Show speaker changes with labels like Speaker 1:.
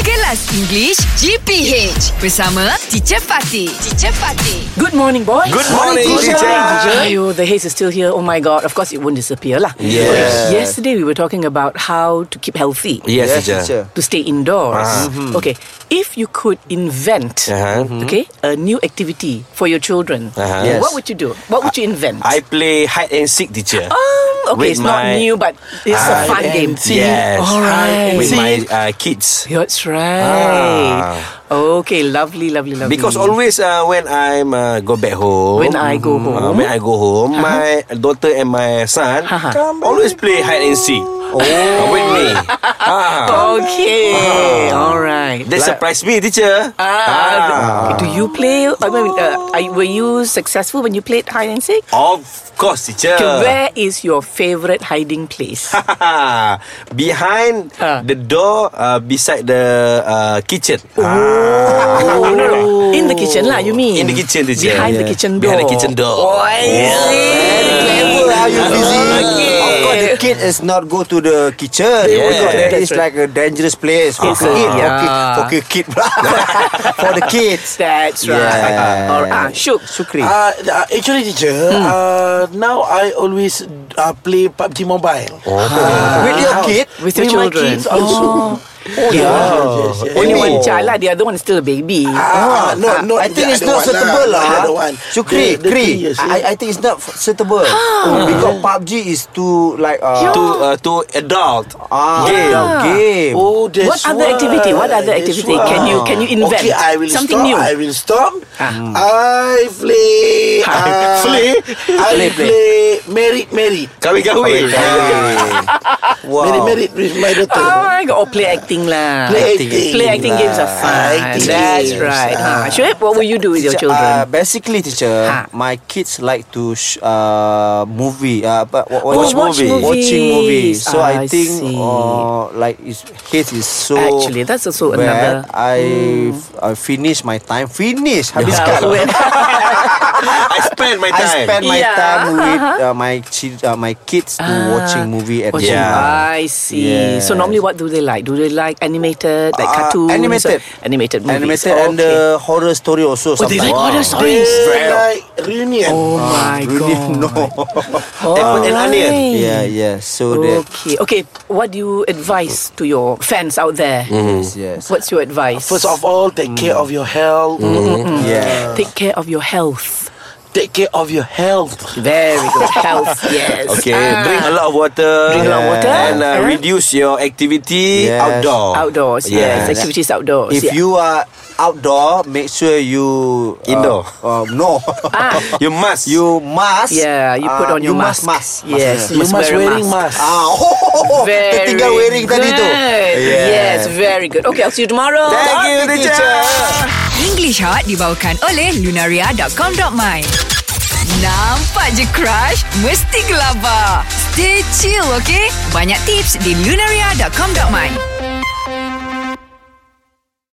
Speaker 1: Kelas English GPH bersama Teacher Fatih. Teacher Fatih.
Speaker 2: Good morning, boys.
Speaker 3: Good morning,
Speaker 2: teacher.
Speaker 3: teacher.
Speaker 2: Ayo, the haze is still here. Oh my God! Of course, it won't disappear, lah.
Speaker 3: Yes.
Speaker 2: Yesterday we were talking about how to keep healthy,
Speaker 3: Yes,
Speaker 4: Yes,
Speaker 3: teacher.
Speaker 4: teacher.
Speaker 2: to stay indoors. Mm-hmm. Okay, if you could invent,
Speaker 3: Ah. Uh-huh.
Speaker 2: okay, a new activity for your children,
Speaker 3: Uh-huh.
Speaker 4: Yes.
Speaker 2: what would you do? What would you invent?
Speaker 3: I play hide and seek, teacher.
Speaker 2: um, okay,
Speaker 3: with
Speaker 2: it's not
Speaker 3: my-
Speaker 2: new, but it's a fun game.
Speaker 3: Yes.
Speaker 2: All right.
Speaker 3: With my uh, kids.
Speaker 2: That's right. Okay, lovely, lovely, lovely.
Speaker 3: Ah. Because always uh, when I'm uh, go back home,
Speaker 2: When I go
Speaker 3: Mhm.
Speaker 2: home.
Speaker 3: when I go home, my daughter and my son
Speaker 2: Uh-huh.
Speaker 3: always play hide and seek uh, with me. ah,
Speaker 2: Okay, all right.
Speaker 3: they surprise me, teacher.
Speaker 2: Ah, do you play? I mean, uh, are, were you successful when you played hide and seek?
Speaker 3: Of course, teacher.
Speaker 2: Okay, where is your favorite hiding place?
Speaker 3: Behind
Speaker 2: Ah.
Speaker 3: the door, uh, beside the uh, kitchen. Ah.
Speaker 2: oh, no, no. In the kitchen, lah. You mean
Speaker 3: In the kitchen, teacher.
Speaker 2: Behind the
Speaker 3: Yeah.
Speaker 2: kitchen door.
Speaker 3: Behind the kitchen door.
Speaker 2: Oh, I see.
Speaker 4: Clever how you busy.
Speaker 2: Okay.
Speaker 4: Of course, the kid is not go to the kitchen. Ah, Yeah. Because that
Speaker 2: That's
Speaker 4: is like a dangerous place for
Speaker 2: It's a-
Speaker 4: kid. For kid,
Speaker 2: yeah.
Speaker 4: for kid, kid for the kids.
Speaker 2: That's right.
Speaker 4: Yeah.
Speaker 2: Or ah, Shuk.
Speaker 4: Sukri.
Speaker 5: Uh, uh, actually, teacher,
Speaker 2: Hmm.
Speaker 5: uh, now I always uh, play PUBG Mobile.
Speaker 2: Oh.
Speaker 4: Ah. With your kid?
Speaker 2: With your
Speaker 5: my
Speaker 2: children.
Speaker 5: kids also. Oh, yeah. Yes, yes,
Speaker 2: Only
Speaker 5: yes.
Speaker 2: one child, lah. The other one is still a baby.
Speaker 5: Ah, ah, no, no,
Speaker 4: I think
Speaker 5: the
Speaker 4: it's
Speaker 5: other
Speaker 4: not
Speaker 5: one
Speaker 4: suitable
Speaker 5: The
Speaker 4: lah.
Speaker 5: other one.
Speaker 4: Sukri,
Speaker 5: The- the
Speaker 4: Kri,
Speaker 5: three years,
Speaker 4: I,
Speaker 5: yeah.
Speaker 4: I think it's not suitable. Because PUBG is too like uh,
Speaker 3: to uh, to adult.
Speaker 4: ah,
Speaker 3: game.
Speaker 4: game.
Speaker 5: Oh, that's
Speaker 2: What other
Speaker 5: why.
Speaker 2: activity? What other
Speaker 5: That's
Speaker 2: activity?
Speaker 5: why.
Speaker 2: Can you- can you invent
Speaker 5: Okay, I will
Speaker 2: something
Speaker 5: stop.
Speaker 2: new?
Speaker 5: I will stop.
Speaker 2: Ah.
Speaker 5: I play.
Speaker 2: I
Speaker 5: uh,
Speaker 3: play?
Speaker 5: I
Speaker 4: Play,
Speaker 5: play,
Speaker 4: play.
Speaker 5: married, married.
Speaker 3: Kahwin-kahwin.
Speaker 4: wow.
Speaker 5: Married, married with my daughter.
Speaker 2: Oh my god! Or play acting lah.
Speaker 5: Play acting.
Speaker 2: Play acting games are fun.
Speaker 5: Acting
Speaker 2: That's
Speaker 5: games.
Speaker 2: right. Ah. Shuib, what will you do with your
Speaker 4: Teacher, Uh,
Speaker 2: children?
Speaker 4: basically, teacher,
Speaker 2: Ha.
Speaker 4: my kids like to sh- uh, movie. Uh, but wa- wa-
Speaker 2: Oh,
Speaker 4: watch
Speaker 2: watch
Speaker 4: movie. Watching movie.
Speaker 2: movies.
Speaker 4: So
Speaker 2: Ah, I
Speaker 4: I think,
Speaker 2: see.
Speaker 4: uh, like, his his is so.
Speaker 2: Actually, that's also
Speaker 4: bad.
Speaker 2: another- Hmm.
Speaker 4: I f- I finish my time. Finish. Habiskan.
Speaker 2: well,
Speaker 3: I spend my
Speaker 4: I
Speaker 3: time.
Speaker 4: spend my
Speaker 2: Yeah. Ah,
Speaker 4: time with uh, my chi- uh, my kids to watching movie at
Speaker 2: Watching-
Speaker 3: Yeah.
Speaker 4: home.
Speaker 2: I see. So
Speaker 4: Yes.
Speaker 2: normally, what do they like? Do they like animated, like
Speaker 4: Uh,
Speaker 2: cartoons?
Speaker 4: animated.
Speaker 2: or- animated movies.
Speaker 4: Animated
Speaker 2: Oh,
Speaker 4: and the horror story also.
Speaker 2: okay. Oh, they like
Speaker 4: sometimes.
Speaker 2: horror stories.
Speaker 5: They like reunion.
Speaker 2: Oh my
Speaker 4: Really?
Speaker 2: god.
Speaker 4: No.
Speaker 2: All
Speaker 3: and onion.
Speaker 2: right.
Speaker 4: yeah, yeah. So that
Speaker 2: Okay. Okay. What do you advise to your fans out there?
Speaker 4: yes, yes.
Speaker 2: What's your advice?
Speaker 5: First of all, take care
Speaker 2: Hmm.
Speaker 5: of your health.
Speaker 4: Yeah.
Speaker 2: take care of your health.
Speaker 5: Take care of your health.
Speaker 2: Very good. health. Yes.
Speaker 3: Okay,
Speaker 2: Ah.
Speaker 3: drink a lot of water.
Speaker 2: Drink a lot of water.
Speaker 3: And uh,
Speaker 2: Uh-huh.
Speaker 3: reduce your activity
Speaker 4: Yes.
Speaker 3: outdoor.
Speaker 2: Outdoors. Yes.
Speaker 3: Yes.
Speaker 2: Activities outdoors.
Speaker 4: If
Speaker 2: yeah.
Speaker 4: you are outdoor, make sure you uh,
Speaker 3: Indoor.
Speaker 4: Uh, no,
Speaker 2: Ah.
Speaker 3: You must.
Speaker 4: you must.
Speaker 2: Yeah, you put
Speaker 4: uh,
Speaker 2: on your
Speaker 4: you
Speaker 2: mask.
Speaker 4: Must, mask.
Speaker 2: Yes,
Speaker 4: mask.
Speaker 2: you must wear a
Speaker 5: wearing
Speaker 2: mask.
Speaker 5: mask.
Speaker 4: Ah, oh, oh, oh, oh.
Speaker 2: Very
Speaker 4: tertinggal wearing
Speaker 2: good.
Speaker 4: tadi tu.
Speaker 2: Yes. very good. Okay, I'll see you tomorrow.
Speaker 4: Thank you, teacher.
Speaker 1: English Hot dibawakan oleh lunaria.com.my. Nampak je crush? Mesti gelabah. Stay chill, okay? Banyak tips di lunaria.com.my.